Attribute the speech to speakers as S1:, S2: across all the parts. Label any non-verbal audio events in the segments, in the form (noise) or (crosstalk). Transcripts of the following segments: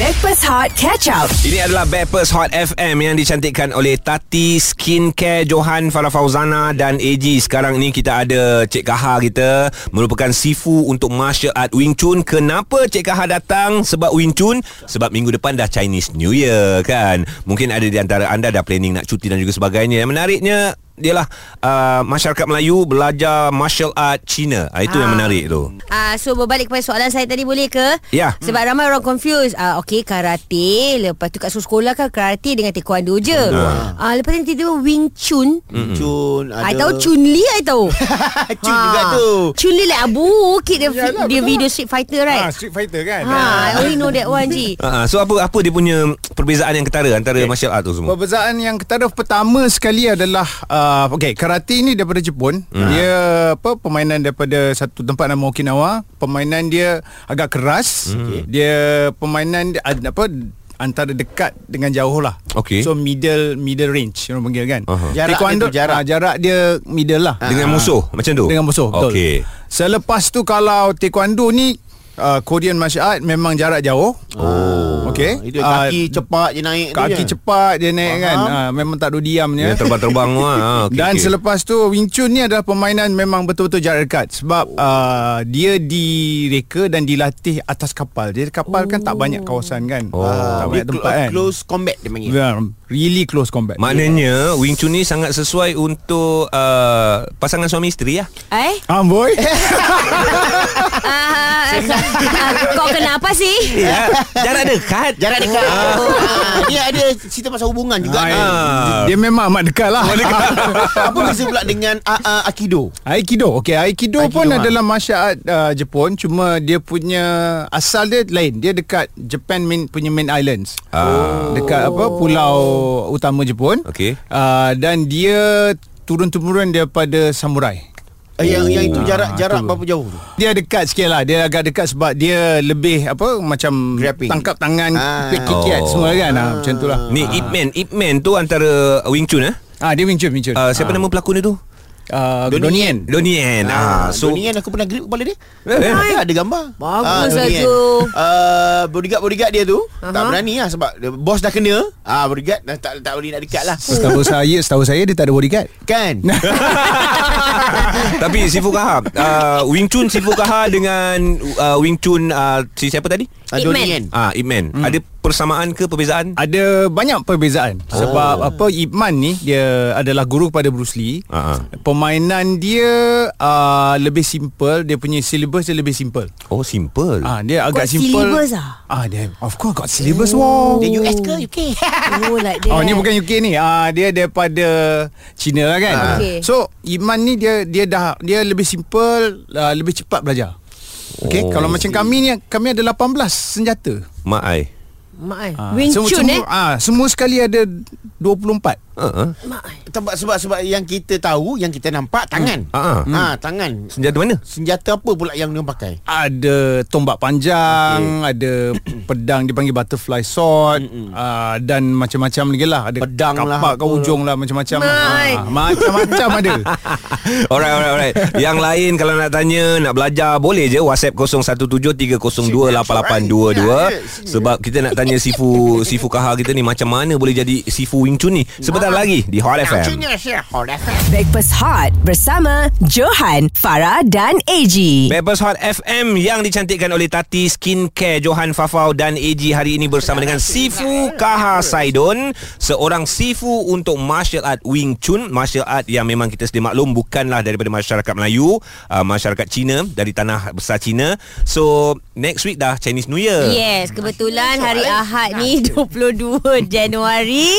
S1: Backpass Hot Catch Up.
S2: Ini adalah Bappers Hot FM yang dicantikkan oleh Tati Skincare Johan Farah Fauzana dan AG. Sekarang ni kita ada Cik Kaha kita merupakan sifu untuk martial art Wing Chun. Kenapa Cik Kaha datang? Sebab Wing Chun, sebab minggu depan dah Chinese New Year kan. Mungkin ada di antara anda dah planning nak cuti dan juga sebagainya. Yang menariknya ialah uh, masyarakat Melayu belajar martial art Cina. Ah, itu yang
S3: Ah.
S2: menarik tu.
S3: Ah, so berbalik kepada soalan saya tadi boleh ke?
S2: Ya.
S3: Sebab
S4: Hmm.
S3: ramai orang confused. Ah, okay karate, lepas tu kat sekolah kan karate dengan taekwondo je. Ah, lepas tu tiba-tiba Wing Chun.
S5: Cun ada.
S3: I tahu Ha. Chun Li I tahu.
S5: (laughs)
S4: (laughs)
S3: Ah,
S5: Cun juga tu.
S3: Chun Li like Abu Kid dia,
S4: Yalah,
S3: dia
S4: betul.
S3: video Street Fighter
S4: Ah,
S3: right?
S4: Street Fighter kan.
S3: Ha, I only know that one
S4: (laughs)
S3: Ji.
S2: Uh, so apa apa dia punya perbezaan yang ketara antara martial art tu semua?
S4: Perbezaan yang ketara pertama sekali adalah uh, okay, karate ni daripada Jepun. Hmm. Dia apa permainan daripada satu tempat nama Okinawa. Permainan dia agak keras. Hmm. Dia permainan dia, ad- apa antara dekat dengan jauh lah.
S2: Okey.
S4: So middle middle range orang panggil kan.
S2: Aha.
S5: Jarak dia tu, jarak.
S4: ah, jarak dia middle lah.
S2: Dengan musuh macam tu?
S4: Dengan musuh betul.
S2: Okey.
S4: Selepas tu kalau taekwondo ni uh, Korean martial art memang jarak jauh. Oh. Okey.
S5: Ah, Itu kaki cepat je naik tu
S4: kaki
S5: je.
S4: cepat dia naik kan. Uh, memang tak duduk diam
S2: Yang
S4: dia. (laughs)
S2: terbang-terbang tu lah. Ah, okey,
S4: Dan
S2: okey.
S4: selepas tu Wing Chun ni adalah permainan memang betul-betul jarak dekat sebab uh, dia direka dan dilatih atas kapal. Jadi kapal oh. kan tak banyak kawasan kan. Oh. Tak
S5: Dia
S4: banyak tempat
S5: clo-
S4: kan.
S5: Close combat dia panggil.
S4: Yeah, really close combat.
S2: Maknanya Wing Chun ni sangat sesuai untuk uh, pasangan suami isteri lah.
S3: Eh?
S4: Amboi.
S3: Ah,
S4: lah.
S3: ah, kau kenapa
S4: (laughs)
S3: sih?
S2: (laughs) Ya. Jarak dekat.
S5: Jarak dekat. Ah, Dia ada cerita pasal hubungan juga.
S4: (laughs) Ah,
S2: ya.
S5: Ah.
S4: Dia memang amat dekat lah. (laughs)
S5: Apa beza pula dengan ah, ah, Aikido?
S4: Aikido. Okey, Aikido,
S5: Aikido,
S4: pun
S5: ha.
S4: adalah martial art uh, Jepun, cuma dia punya asal dia lain. Dia dekat Japan main punya main islands. Oh.
S2: Ah.
S4: Dekat apa pulau utama Jepun.
S2: Okey.
S4: Uh, dan dia turun-temurun daripada samurai.
S5: Eh, Yang yang itu jarak jarak berapa jauh tu?
S4: Dia dekat sikit lah Dia agak dekat sebab Dia lebih apa Macam
S5: Grappling.
S4: Tangkap tangan
S5: Ah.
S4: ah. Kikiat
S2: Oh.
S4: semua kan ah. Macam tu lah
S2: Ni Ip Man. Ip Man tu antara Wing Chun eh.
S4: ah, Dia Wing Chun, Wing Chun.
S2: Uh, siapa nama pelakon dia tu?
S4: Ah,
S5: Donnie
S4: Donnie
S5: Yen.
S4: Yen.
S2: Donnie Yen. Ah,
S5: Ah,
S2: so
S5: so
S4: (laughs)
S5: Donian aku pernah grip kepala dia.
S2: Eh, eh.
S5: Ah, ada gambar.
S3: Bagus lah
S5: Donnie Yen.
S3: tu.
S5: Ah, bodyguard-bodyguard dia tu tak
S3: Aha.
S5: berani lah sebab dia- bos dah kena. Ah, bodyguard dah tak tak boleh nak dekat lah.
S4: Setahu saya Setahu saya dia tak ada bodyguard
S5: Kan?
S2: (laughs) Tapi Sifu Kaha uh, Wing Chun Sifu Kaha dengan uh, Wing Chun uh, si siapa tadi?
S5: Ah,
S3: Ip Man.
S5: Donian.
S2: Ah Ip Man.
S4: Hmm.
S2: Ada persamaan ke perbezaan?
S4: Ada banyak perbezaan oh. sebab apa Ip Man ni dia adalah guru kepada Bruce Lee.
S2: Ah, ah.
S4: Permainan dia uh, lebih simple, dia punya syllabus dia lebih simple.
S2: Oh simple.
S4: Ah dia agak
S3: Got
S4: simple.
S3: syllabus ah?
S4: Ah dia of course got syllabus wow.
S5: Dia US ke (laughs) UK?
S3: Oh, like that.
S4: Oh ni bukan UK ni. Ah dia daripada China lah kan.
S3: Ah. Okey.
S4: So Iman ni dia dia dah dia lebih simple, uh, lebih cepat belajar. Okay,
S2: Oh,
S4: oh, kalau macam kami ni kami ada 18 senjata.
S2: Mak ai.
S3: Mak eh.
S4: Ah,
S3: Wing
S4: semua-
S3: Chun
S4: semua,
S3: eh.
S4: Ah semua sekali ada 24.
S2: Uh-huh.
S3: Mak eh. ai.
S5: Sebab sebab sebab yang kita tahu, yang kita nampak tangan.
S2: Ah, ah.
S5: Ha, tangan.
S2: Senjata mana?
S5: Senjata apa pula yang dia pakai?
S4: ada tombak panjang, okay. ada (coughs) pedang dipanggil butterfly sword uh, dan macam-macam lagi lah. Ada
S5: Pedang lah,
S4: kapak
S5: apa
S4: kau hujung lah macam-macam.
S3: Mai.
S4: Ah, macam-macam ada. (laughs)
S2: Alright, alright, alright. Yang lain kalau nak tanya, nak belajar, boleh je WhatsApp 0173028822 sebab kita nak tanya Sifu Sifu Kaha kita ni macam mana boleh jadi Sifu Wing Chun ni. Sebentar lagi di Hot FM.
S1: Backpass Hot bersama Johan, Farah dan AG.
S2: Bebas Hot FM yang dicantikkan oleh Tati Skincare Johan Fafau dan AG hari ini bersama dengan Sifu Kaha Saidon seorang sifu untuk martial art Wing Chun martial art yang memang kita sedia maklum bukanlah daripada masyarakat Melayu uh, masyarakat Cina dari tanah besar Cina so next week dah Chinese New Year
S3: Yes, kebetulan hari Ahad ni 22 Januari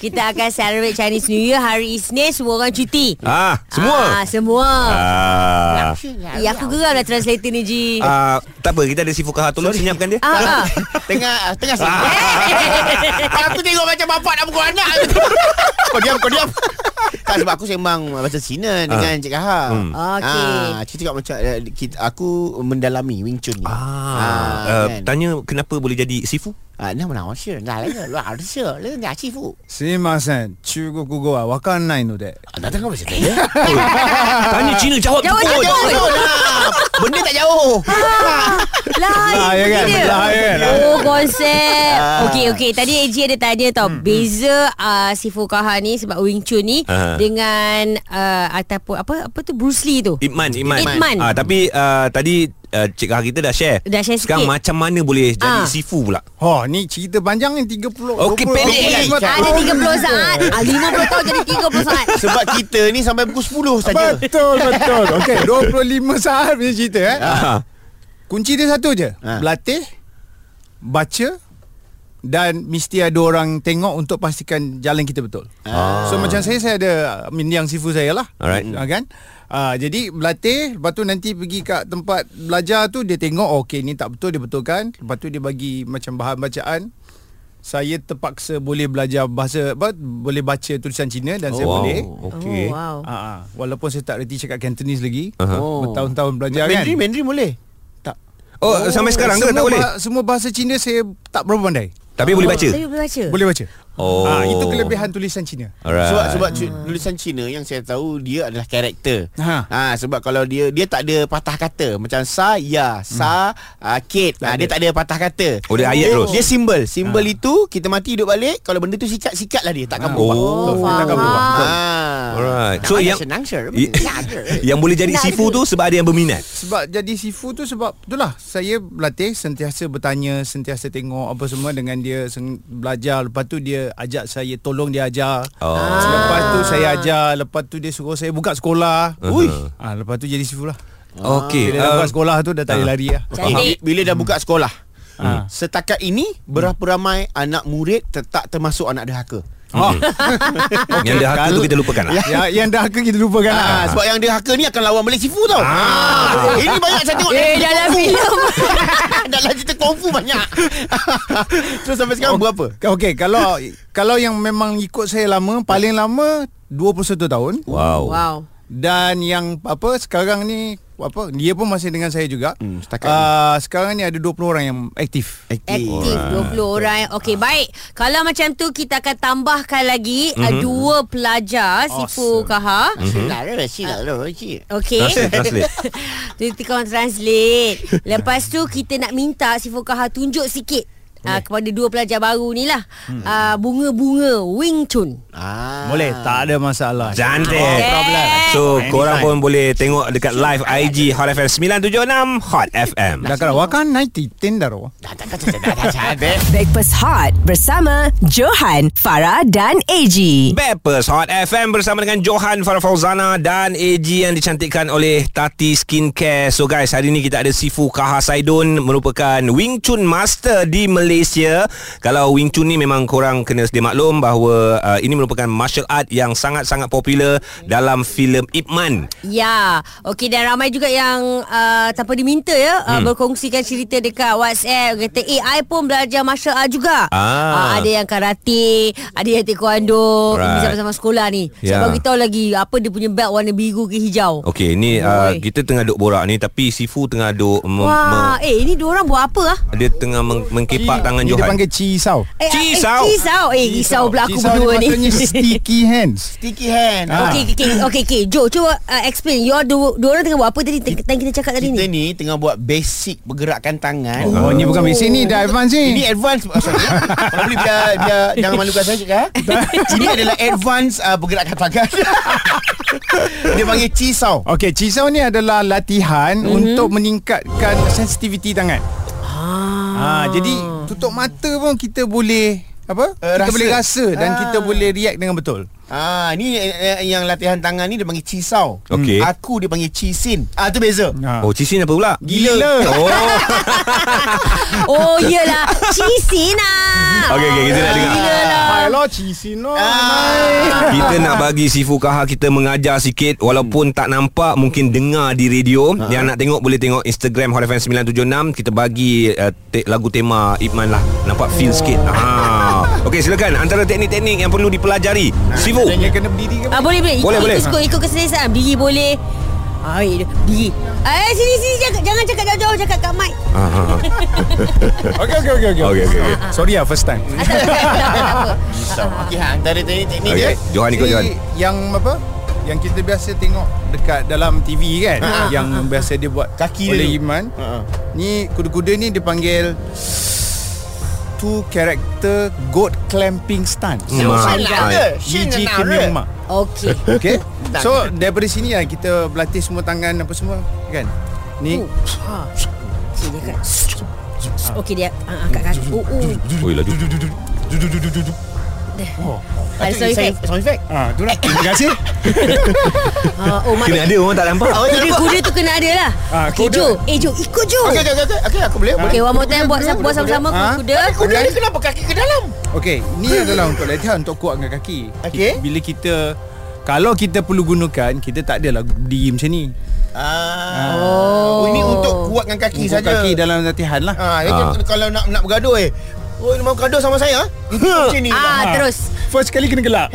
S3: kita akan celebrate Chinese New Year hari Isnin semua orang cuti.
S2: ah
S3: Ah,
S2: semua
S3: semua.
S2: ah
S3: Ya aku geram lah translator ni Ji.
S2: ah tak apa kita ada Sifu Kaha tolong senyapkan dia
S3: Ah, ah.
S5: Tengah tengah sini. aku tengok macam bapak nak pukul anak. (laughs) kau diam, kau diam. Tak sebab aku sembang bahasa Cina dengan Cik Kaha. Hmm.
S3: Okey.
S5: kita cakap macam eh, kita, aku mendalami Wing Chun ni.
S2: ah uh,
S5: kan?
S2: tanya kenapa boleh jadi sifu
S5: Ah, lah, 那么老师，哪来个老师？那俩欺负，
S4: Simasen, Chugo Gugo wa wakan nai no de.
S5: (laughs) 啊，那这个不是的。
S2: tanya Cina Ah. jawab
S3: Jawab
S2: betul.
S3: jawab.
S5: lah. Benda tak jauh
S3: Lain
S4: Ah, ya
S3: bunyi
S4: kan?
S3: dia.
S4: Lain kan?
S3: Oh konsep Okey okey Tadi AJ ada tanya tau Beza uh, Si Fukaha ni Sebab Wing Chun ni
S2: Ah.
S3: Dengan uh, Ataupun Apa apa tu Bruce Lee tu
S2: Ipman Ipman,
S3: Ip Man.
S2: Ah, Tapi uh, tadi uh, Cik Kak kita dah share
S3: Dah share
S2: Sekarang
S3: sikit.
S2: macam mana boleh
S3: Ah.
S2: Jadi sifu pula
S4: Oh, ni cerita panjang ni 30
S2: Okey, pendek kan?
S4: Oh,
S3: Ada 30 saat Ah, 50 tahun jadi 30 saat
S5: Sebab kita ni sampai pukul 10 saja.
S4: Betul betul Okey 25 saat punya cerita eh.
S2: ah.
S4: Kunci dia satu je
S5: Ha.
S4: Berlatih Baca Dan mesti ada orang tengok Untuk pastikan jalan kita betul
S5: Ah.
S4: So macam saya Saya ada I mean, Yang sifu saya lah
S2: Alright.
S4: Ah, kan? Uh, jadi berlatih Lepas tu nanti pergi kat tempat belajar tu Dia tengok oh, Okay ni tak betul Dia betulkan Lepas tu dia bagi macam bahan bacaan Saya terpaksa boleh belajar bahasa ba- Boleh baca tulisan Cina Dan oh, saya
S2: Wow
S4: boleh
S2: Okay
S3: Oh wow
S4: Ah, ah. Walaupun saya tak reti cakap Cantonese lagi
S2: Aha.
S4: uh-huh. Bertahun-tahun belajar
S2: Ya,
S4: kan
S5: Mandarin, Mandarin boleh? Tak.
S2: Oh, oh sampai sekarang ke
S4: semua
S2: tak boleh?
S4: bah- Semua bahasa Cina saya tak berapa pandai
S2: Tapi boleh baca.
S3: Tapi boleh baca
S4: Boleh baca
S2: Eh. Oh.
S4: ha, Itu kelebihan tulisan Cina
S2: Alright.
S5: Sebab sebab cu- tulisan Cina yang saya tahu dia adalah karakter.
S4: Ha.
S5: ha sebab kalau dia dia tak ada patah kata macam sa ya sa uh, kid. Ha, dia tak ada patah kata.
S2: Oh, dia ayat terus.
S5: Dia simbol. Simbol itu kita mati hidup balik kalau benda tu sikat sikatlah dia takkan
S4: Ha.
S5: berubah.
S2: Oh,
S4: Betul, kita
S3: faham.
S4: akan berubah.
S5: Ha.
S2: Alright. So
S5: Nak
S2: yang Ya.
S5: senang
S2: (laughs)
S5: sure.
S2: Y- yang boleh jadi sifu tu sebab ada yang berminat.
S4: Sebab jadi sifu tu sebab Itulah saya berlatih Sentiasa bertanya Sentiasa tengok apa semua Dengan dia sen- belajar Lepas tu dia ajak saya Tolong dia ajar
S2: Oh.
S4: Lepas tu saya ajar Lepas tu dia suruh saya buka sekolah
S2: Uh-huh.
S4: Ui. ha, Lepas tu jadi sifu lah
S2: Okey.
S4: Bila dah
S2: Uh,
S4: buka sekolah tu Dah tak
S2: ah.
S4: boleh lari lah
S3: Cantik.
S5: Cantik. Ha, Bila dah buka sekolah.
S4: Ah.
S5: Setakat ini berapa ramai anak murid ter- tak termasuk anak derhaka?
S4: oh.
S2: yang dah aku tu
S4: Kalau-
S2: kita lupakan lah.
S4: ya, Yang dah ke kita lupakan lah
S5: Ah, sebab yang derhaka ni akan lawan balik sifu tau. Ah. Ini banyak saya tengok
S3: Eh dalam (laughs) filem
S5: (laughs) Dalam cerita kung fu banyak (laughs) So sampai sekarang oh. berapa?
S4: Okey, kalau kalau yang memang ikut saya lama, paling lama 21 tahun
S2: Wow.
S3: Wow
S4: dan yang apa sekarang ni apa dia pun masih dengan saya juga.
S5: Hmm, setakat
S4: uh, sekarang ni ada 20 orang yang aktif.
S3: Aktif 20 orang Okey baik Kalau macam tu Kita akan tambahkan lagi
S2: Mhm.
S3: mm-hmm. Dua pelajar awesome. Sifu
S4: Awesome.
S3: Kaha
S5: Silat lah, silat lah Cik
S3: Okey
S2: Translate,
S3: (laughs)
S2: translate.
S3: Nanti kau translate Lepas tu kita nak minta Sifu Kaha tunjuk sikit uh, Kepada dua pelajar baru ni lah
S2: Hmm.
S3: uh, Bunga-bunga Wing Chun
S5: ah.
S4: Boleh, tak ada masalah.
S2: Cantik
S3: problem.
S2: So korang pun boleh tengok Dekat live IG Hot FM 976 Hot FM
S4: Dah kalau wakan naik oh. titin dah roh.
S5: Tak, tak, tak, tak, tak, tak, tak
S1: Breakfast Hot bersama Johan, Farah dan AG.
S2: Bepers Hot FM bersama dengan Johan Farah Fauzana dan AG yang dicantikkan oleh Tati Skincare. So guys, hari ni kita ada Sifu Kaha Saidun merupakan Wing Chun Master di Malaysia. Kalau Wing Chun ni memang korang kena sedia maklum bahawa uh, ini merupakan martial art yang sangat-sangat popular dalam filem Ip Man.
S3: Ya, okey dan ramai juga yang uh, tanpa diminta ya hmm. uh, berkongsikan cerita dekat WhatsApp kata eh I pun belajar martial art juga.
S2: Ah.
S3: Uh, ada yang karate, ada yang taekwondo,
S2: Alright.
S3: right. sama-sama sekolah ni.
S2: Ya.
S3: Yeah. Saya bagi tahu lagi apa dia punya belt warna biru ke hijau.
S2: Okey, ni uh,
S3: Oi.
S2: kita tengah duk borak ni tapi Sifu tengah duk mem-
S3: Wah,
S2: me-
S3: eh ini dua orang buat apa ah?
S2: dia tengah meng- mengkepak tangan
S4: Dia
S2: Johan.
S4: panggil cisau.
S3: Eh, ah,
S2: Cisau.
S3: Eh, cisau. Eh, risau pula aku
S4: Cisau
S3: berdua ni. (laughs)
S4: Maksudnya sticky hands.
S5: Sticky hand ah.
S3: Okey, okey, okey, okey. Jo, cuba uh, explain. You all dua, dua orang tengah buat apa tadi teng- teng- kita cakap tadi
S5: Kita
S3: ni?
S5: ni tengah buat basic pergerakan tangan
S4: Oh, ni bukan basic ni, dah advance ni.
S5: Ini advance oh, sorry. Kalau boleh biar, biar Jangan malukan saya cik (laughs) ah. Ini adalah advance uh, Pergerakan tangan (laughs) Dia panggil cisau
S4: Okey, cisau ni adalah latihan mm-hmm. untuk meningkatkan sensitiviti tangan. Ah. Ha, jadi tutup mata pun kita boleh apa?
S5: Eh,
S4: Uh, kita
S5: rasa.
S4: rasa. boleh rasa dan
S5: Ah.
S4: kita boleh react dengan betul.
S5: Ah, ni eh, eh, yang latihan tangan ni dia panggil cisau.
S2: Okey.
S5: Hmm. Aku dia panggil cisin. Ah tu beza.
S4: Ha.
S2: Oh, cisin apa pula?
S4: Gila. Gila. (laughs)
S2: Oh.
S3: Oh, yelah. Cisina.
S2: Okey, okey, kita nak dengar.
S3: Gila lah.
S4: Hello Cisino.
S2: Kita nak bagi Sifu Kaha kita mengajar sikit Walaupun tak nampak Mungkin dengar di radio
S3: Ha.
S2: Yang nak tengok boleh tengok Instagram Hot FM 976 Kita bagi uh, te- lagu tema Ipman lah Nampak feel sikit ha. Okey silakan Antara teknik-teknik yang perlu dipelajari Sifu
S4: Dia kena berdiri ke?
S3: Ah, boleh boleh.
S2: Boleh,
S3: ikut,
S2: boleh.
S3: Ikut, ikut keselesaan. Biri boleh. Ah, Ai, biri. Eh, sini sini jangan, jangan cakap jauh-jauh cakap kat mic. Ah,
S2: ha, ha.
S4: Okey okey okey okey.
S2: Okey, okey, okey.
S4: Sorry ah first time.
S3: Ah, tak, Ah, tak, tak, tak, tak apa.
S5: Cisau. Okey, ha, antara teknik-teknik
S2: Okey,
S5: okay. dia.
S2: Johan ikut Johan
S4: Jadi, Yang apa? yang kita biasa tengok dekat dalam TV kan
S5: Ha.
S4: yang biasa dia buat
S5: Kaki dia
S4: oleh
S5: tu.
S4: Iman.
S5: Ha.
S4: Ni kuda-kuda ni dipanggil two character goat clamping stunts.
S2: Hmm. Mak.
S5: lah,
S4: Gigi kena mak.
S3: Okey.
S4: Okay So daripada sini lah Kita berlatih semua tangan Apa semua Kan Ni
S3: Oh. Ha. Okey, dia angkat. Okey, dia ah, angkat kaki. Oh, oh.
S2: Oi laju
S3: Ada sound effect.
S5: Sound effect
S4: Ah, tu lah Terima kasih
S3: Ah, oh, ya. mak.
S2: Kena ada orang tak nampak
S5: Oh,
S3: Kuda, kuda tu kena ada lah.
S4: Ah,
S3: Okey,
S4: kuda.
S3: Jo. Eh, Jo. Ikut, Jo.
S5: Okey, okey, okey, okey, aku boleh.
S3: Okey,
S5: boleh.
S3: one more time buat
S4: kuda,
S3: buat
S4: kuda.
S3: sama-sama
S4: Ah.
S3: kuda.
S5: Kuda ni kenapa kaki ke dalam?
S4: Okay Ni adalah untuk latihan Untuk kuatkan kaki
S5: Okey.
S4: Bila kita Kalau kita perlu gunakan Kita tak adalah Berdiri macam ni
S5: Ah.
S3: Oh.
S5: Ini untuk kuatkan kaki
S4: Kumpul
S5: saja.
S4: kaki dalam latihan lah
S5: Ah, ya,
S2: Ah.
S5: kalau nak nak bergaduh eh. Oh, nak bergaduh sama
S3: (laughs)
S5: saya? Macam ni.
S3: Ah, terus.
S4: First kali kena gelap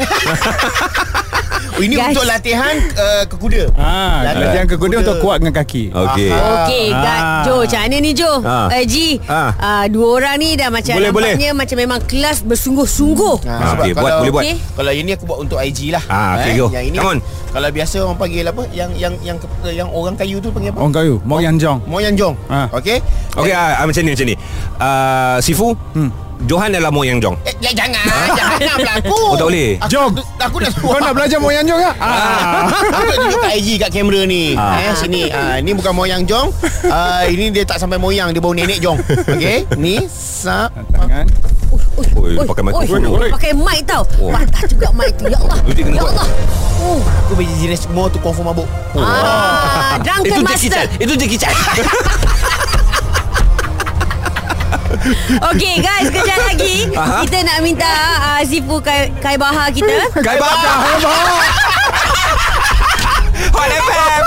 S5: Oh, ini
S3: Guys.
S5: untuk latihan uh, ke kuda.
S4: ah,
S5: Latihan
S4: Latihan ke
S5: kuda.
S4: kuda Untuk kuatkan kaki
S2: Okey
S3: Okey,
S4: Ah.
S3: Gad. Jo, macam mana ni Jo?
S2: Ah.
S3: Eh, Ji.
S2: Ah.
S3: Ah, dua orang ni dah macam
S2: Boleh, boleh.
S3: nampaknya macam memang kelas bersungguh-sungguh.
S5: Ah,
S2: Ah,
S5: sebab
S2: okey, buat,
S5: kalau-
S2: boleh buat.
S3: Okey.
S5: Kalau ini aku buat untuk IG lah.
S2: Ah, okey, go.
S5: Yang ini
S2: Come on.
S5: kalau biasa orang panggil apa? Yang yang yang ke- eh, yang orang kayu tu panggil apa?
S4: Orang kayu Mau yang jong
S5: Moyang jong.
S4: Oh. Ah.
S5: Okey.
S2: Okey ah, ah, macam ni macam ni Ah, Sifu
S3: Hmm.
S2: Johan adalah moyang jong
S5: Eh, ya, jangan, (laughs) jangan nak berlaku.
S2: Oh, tak boleh?
S5: Aku,
S4: Jom.
S5: Aku nak
S4: Kau nak belajar mau yang jong tak? Ah.
S5: (laughs) Aku nak tunjuk kat IG kat kamera ni
S2: Ah.
S5: eh, Sini ah, Ini bukan moyang jong ah, Ini dia tak sampai moyang Dia bau nenek jong Okey Ni Sap
S4: Tangan
S3: Oi,
S2: Oi, dia pakai mikrofon.
S3: oi, Pakai mic tau.
S2: Oh.
S3: Patah juga mic tu. Ya Allah.
S2: Dia kena
S3: Ya
S2: buat.
S3: Allah. Oh.
S5: Aku bagi jenis semua tu confirm mabuk
S2: Oh.
S3: Ah, drunken master.
S2: Itu Jackie Chan
S3: Okey guys, kejap lagi
S2: Aha.
S3: kita nak minta uh, Zipu Kai, Kai Baha kita.
S2: Kai bakar Hot FM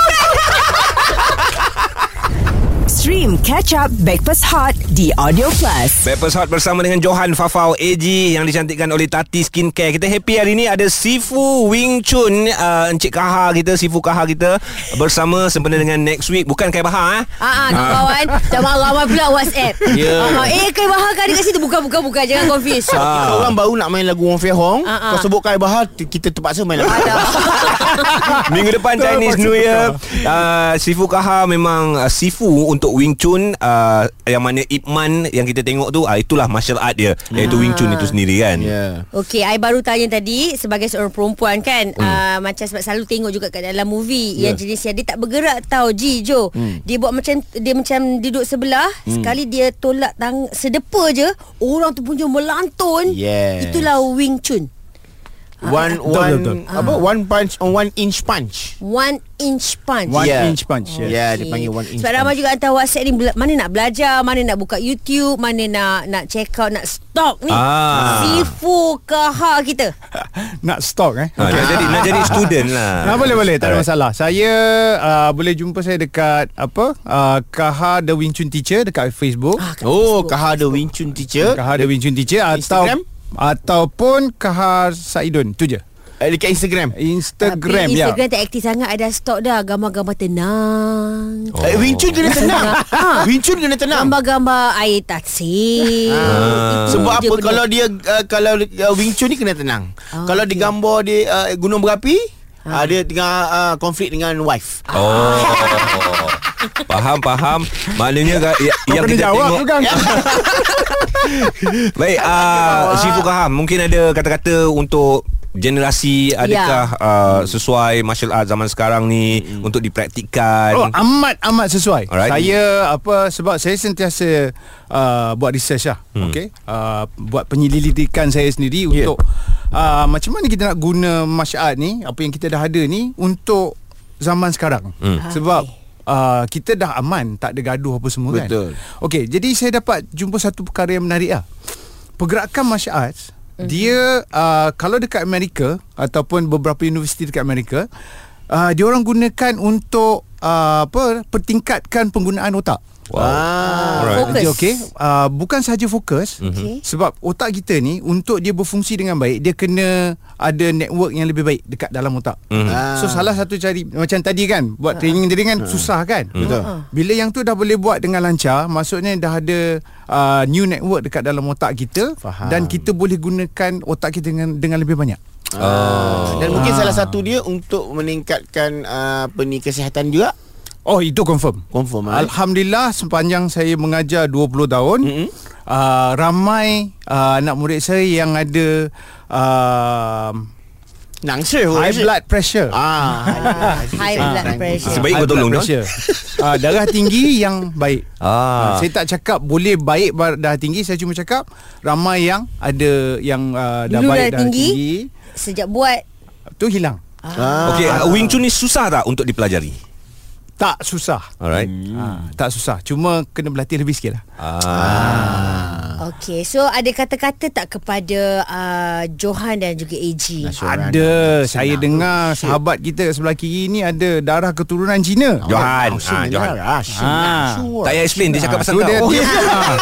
S1: Stream Catch Up Backpass Hot di Audio Plus.
S2: Backpast Hot bersama dengan Johan Fafau AG yang dicantikkan oleh Tati Skincare. Kita happy hari ini ada Sifu Wing Chun, uh, Encik Kaha kita, Sifu Kaha kita bersama sempena dengan next week. Bukan Kai Baha eh.
S3: Ah, ah, kawan Jangan ramai pula WhatsApp
S5: Ya.
S3: Ah, ah, Eh Kai Baha kan ada kat situ Bukan bukan bukan Jangan confuse
S5: Kita
S2: Ah.
S5: (laughs) orang baru nak main lagu Wong Fei Hong
S3: Ah, ah.
S5: Kau sebut Kai Bahar t- Kita terpaksa main lagu
S2: Minggu depan Chinese New Year uh, Sifu Kaha memang uh, Sifu untuk Wing Chun uh, Yang mana Ip Man yang kita tengok tu uh, Itulah martial art dia
S3: Ah.
S2: Iaitu Wing Chun itu sendiri kan
S5: Ya
S3: Okey, I baru tanya tadi sebagai seorang perempuan kan, hmm. uh, macam sebab selalu tengok juga kat dalam movie yeah. yang jenis yang dia tak bergerak tau Ji Jo. Hmm. Dia buat macam dia macam duduk sebelah, hmm. sekali dia tolak tang sedepa je, orang tu punca melantun.
S5: Yes.
S3: Itulah Wing Chun.
S4: Ah,
S5: One
S4: eh,
S5: one apa one punch on one inch punch.
S3: One inch punch.
S4: One
S5: Yeah.
S4: inch punch
S5: Ya,
S4: yes.
S5: yeah,
S3: Okey.
S5: dia panggil one inch.
S3: Sebab ramai
S5: punch.
S3: juga hantar WhatsApp ni bela- Mana nak belajar Mana nak buka YouTube Mana nak nak check out Nak stok ni
S2: Ah.
S3: Sifu kaha kita
S4: Nak stok eh
S2: Ha, nak jadi nak jadi student lah.
S4: Ah, boleh boleh tak ada masalah. Saya uh, boleh jumpa saya dekat apa? Uh, Kaha The Wing Chun Teacher dekat Facebook.
S3: Ah, kat Facebook.
S5: Oh, Kaha the Wing Chun teacher.
S4: Kaha The Wing Chun Teacher atau
S5: Instagram?
S4: ataupun Kaha Saidun tu je.
S5: Eh, Dekat Instagram.
S4: Instagram
S3: Tapi Ah,
S4: ya.
S3: Instagram tak aktif sangat Ada stok dah Gambar-gambar tenang
S2: Oh.
S5: Eh, Wing Chun kena
S3: (laughs)
S5: tenang.
S3: Ah.
S5: Wing Chun kena tenang.
S3: Gambar-gambar air taksi
S5: Ah.
S3: Itu
S5: Sebab
S3: je
S5: apa
S3: benda.
S5: kalau dia uh, kalau uh, Wing Chun ni kena tenang.
S3: Ah,
S5: kalau
S3: okey. Ah.
S5: digambar dia uh, gunung berapi, uh, dia tengah uh, konflik dengan wife.
S2: Oh. faham faham. Maknanya ga- ya-
S4: Kau
S2: yang
S4: kena
S2: kita
S4: jawab
S2: tengok.
S4: tu kan.
S2: Baik uh, Sifu Kaham mungkin ada kata-kata untuk generasi adakah yeah. uh, sesuai martial art zaman sekarang ni mm. untuk dipraktikkan.
S4: Oh amat amat sesuai.
S2: Alright.
S4: Alright. Saya apa sebab saya sentiasa uh, buat research lah. Hmm. Okey. Uh, buat penyelidikan saya sendiri yeah.
S5: Yeah.
S4: untuk uh, macam mana kita nak guna martial art ni, apa yang kita dah ada ni untuk zaman sekarang. Hmm. Sebab Uh, kita dah aman Tak ada gaduh apa semua
S5: Betul.
S4: kan Okey Jadi saya dapat Jumpa satu perkara yang menarik lah Pergerakan martial arts Dia uh, Kalau dekat Amerika Ataupun beberapa universiti dekat Amerika uh, Dia orang gunakan untuk uh, apa Pertingkatkan penggunaan otak
S2: Wow.
S3: Ah,
S2: Alright.
S3: Fokus Mhm.
S4: Dia okey uh, Bukan sahaja fokus
S3: Okey.
S4: Sebab otak kita ni Untuk dia berfungsi dengan baik Dia kena Ada network yang lebih baik Dekat dalam otak
S2: Mhm.
S4: ah. So salah satu cari Macam tadi kan
S3: Ah.
S4: Buat training tadi kan Susah kan
S3: Mhm.
S4: Betul Bila yang tu dah boleh buat dengan lancar Maksudnya dah ada uh, New network dekat dalam otak kita
S5: Faham.
S4: Dan kita boleh gunakan Otak kita dengan, dengan lebih banyak Oh.
S5: Ah. Dan mungkin salah satu dia untuk meningkatkan ah, apa ni kesihatan juga.
S4: Oh itu confirm
S5: Confirm, eh?
S4: Alhamdulillah sepanjang saya mengajar 20 tahun mm-hmm. uh, Ramai uh, anak murid saya yang ada uh,
S5: Nang sure.
S2: Oh,
S4: High blood pressure
S5: Ah.
S3: (laughs) High blood pressure.
S2: Sebaik
S4: High
S2: kau tolong Don.
S4: blood pressure. uh, Darah tinggi yang baik
S2: Ah.
S4: Ah. Saya tak cakap boleh baik bar- darah tinggi Saya cuma cakap ramai yang ada yang uh, dah
S3: Dulu
S4: baik
S3: darah tinggi.
S4: tinggi
S3: Sejak buat
S4: Tu hilang
S5: Ah.
S2: Okey, uh, Wing Chun ni susah tak untuk dipelajari?
S4: Tak susah
S2: Alright.
S4: ha, Tak susah Cuma kena berlatih lebih sikit lah
S2: Ah.
S3: Okey, so ada kata-kata tak kepada uh, Johan dan juga AG?
S4: Ada
S2: Oh,
S4: Saya dengar sahabat kita sebelah kiri ni Ada darah keturunan Cina
S2: Johan.
S5: Oh,
S2: Ah, Johan.
S5: lah,
S4: Ah.
S2: Tak payah explain Dia cakap pasal kau
S4: tu dia, Oh, dia,
S3: You are
S4: Ah. Oh,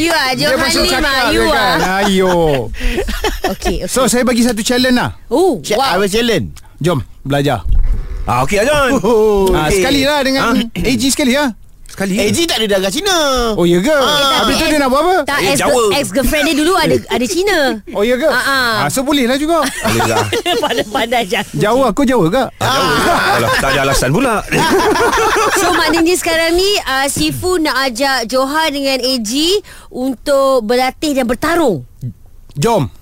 S4: ya. dia
S3: Johan
S4: masuk
S3: Lima,
S4: cakap
S3: you ah.
S4: dia kan.
S3: are.
S4: Ayo
S3: Okey, okey.
S4: So saya bagi satu challenge lah
S3: Oh,
S5: Check wow. our challenge.
S4: Jom belajar
S2: ah, Okey John
S4: oh, okay. Sekali lah
S2: Ah.
S4: dengan AG sekali lah
S2: Sekali
S5: AG tak ada darah Cina.
S4: Oh ya ke Habis tu dia nak buat apa
S3: Ah. Tak
S2: Eh,
S3: ex,
S2: Jawa.
S3: ex girlfriend dia dulu ada ada Cina.
S4: Oh ya ke
S3: Ah, ah.
S4: Ah, So boleh lah juga
S2: Boleh
S4: (laughs)
S2: lah
S3: Pandai-pandai je.
S4: Jawa kau Jawa ke
S2: Tak jauh. Alah, Tak ada alasan pula
S3: So maknanya sekarang ni uh, Sifu nak ajak Johan dengan AG untuk berlatih dan bertarung.
S4: Jom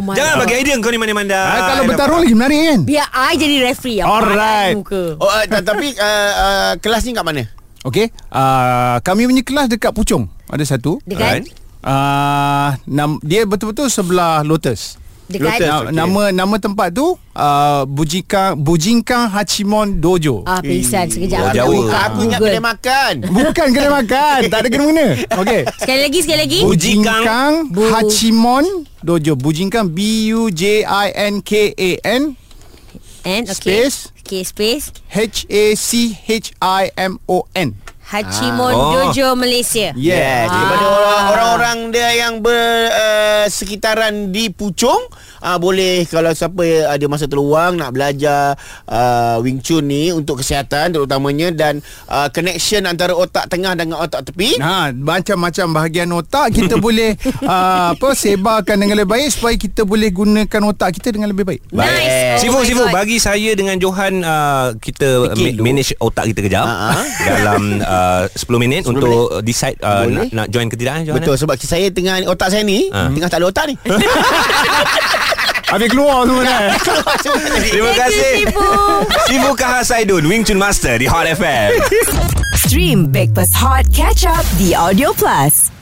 S3: Oh my
S2: Jangan
S3: God.
S2: bagi idea kau ni mana-mana
S4: Ah, Kalau bertarung lagi menarik kan
S3: Biar I jadi referee. Aku
S4: Alright.
S3: panas Muka.
S5: Oh, uh, tapi uh, uh, kelas ni kat mana?
S4: Okey uh, Kami punya kelas dekat Puchong Ada satu
S2: Kan?
S3: Dekat
S4: Uh, nam, dia betul-betul sebelah Lotus.
S3: dekat
S5: Lotus.
S4: Na,
S5: okey.
S4: Nama nama tempat tu uh, Bujinka Bujinka Hachimon Dojo.
S3: Ah, pingsan sekejap aku
S2: Oh,
S3: nak
S2: Jawa.
S3: buka
S2: Ah.
S5: Aku ingat kedai
S3: Google.
S5: makan.
S4: Bukan kena makan, tak ada kena mengena. Okey.
S3: (laughs) Sekali lagi, sekali lagi.
S4: Bujinkang
S3: Bu-
S4: Hachimon Dojo. Bujinkang B U J I N K A N
S3: And, okay.
S4: Space.
S3: Okay, space.
S4: H A C H I M O N.
S3: Hachimon
S2: Ah.
S3: ah.
S2: Oh.
S3: Dojo Malaysia. Ah.
S5: Yes, kepada orang- orang-orang dia yang ber uh, sekitaran di Puchong uh, boleh kalau siapa ada masa terluang nak belajar uh, Wing Chun ni untuk kesihatan terutamanya dan uh, connection antara otak tengah dengan otak tepi.
S4: Nah, Ha, macam-macam bahagian otak (laughs) kita boleh uh, apa sebarkan dengan lebih baik supaya kita boleh gunakan otak kita dengan lebih baik.
S3: Nice. Oh
S2: Sifu,
S3: my
S2: Sifu
S3: God.
S2: Bagi saya dengan Johan uh, Kita
S5: Fikir
S2: ma-
S5: dulu.
S2: manage otak kita kejap
S5: Ah, ah.
S2: (laughs) Dalam uh, 10 minit
S5: 10
S2: Untuk uh, decide uh,
S5: Boleh.
S2: nak, nak join ke tidak eh, Johan
S5: Betul sebab saya tengah otak saya ni
S2: Ah.
S5: tengah tak ada otak ni.
S4: Habis keluar semua dah.
S2: Terima
S3: Thank you,
S2: kasih
S3: Sifu.
S2: Sifu Kaha Saidun Wing Chun Master Di Hot FM
S1: Stream Breakfast Hot Catch Up The Audio Plus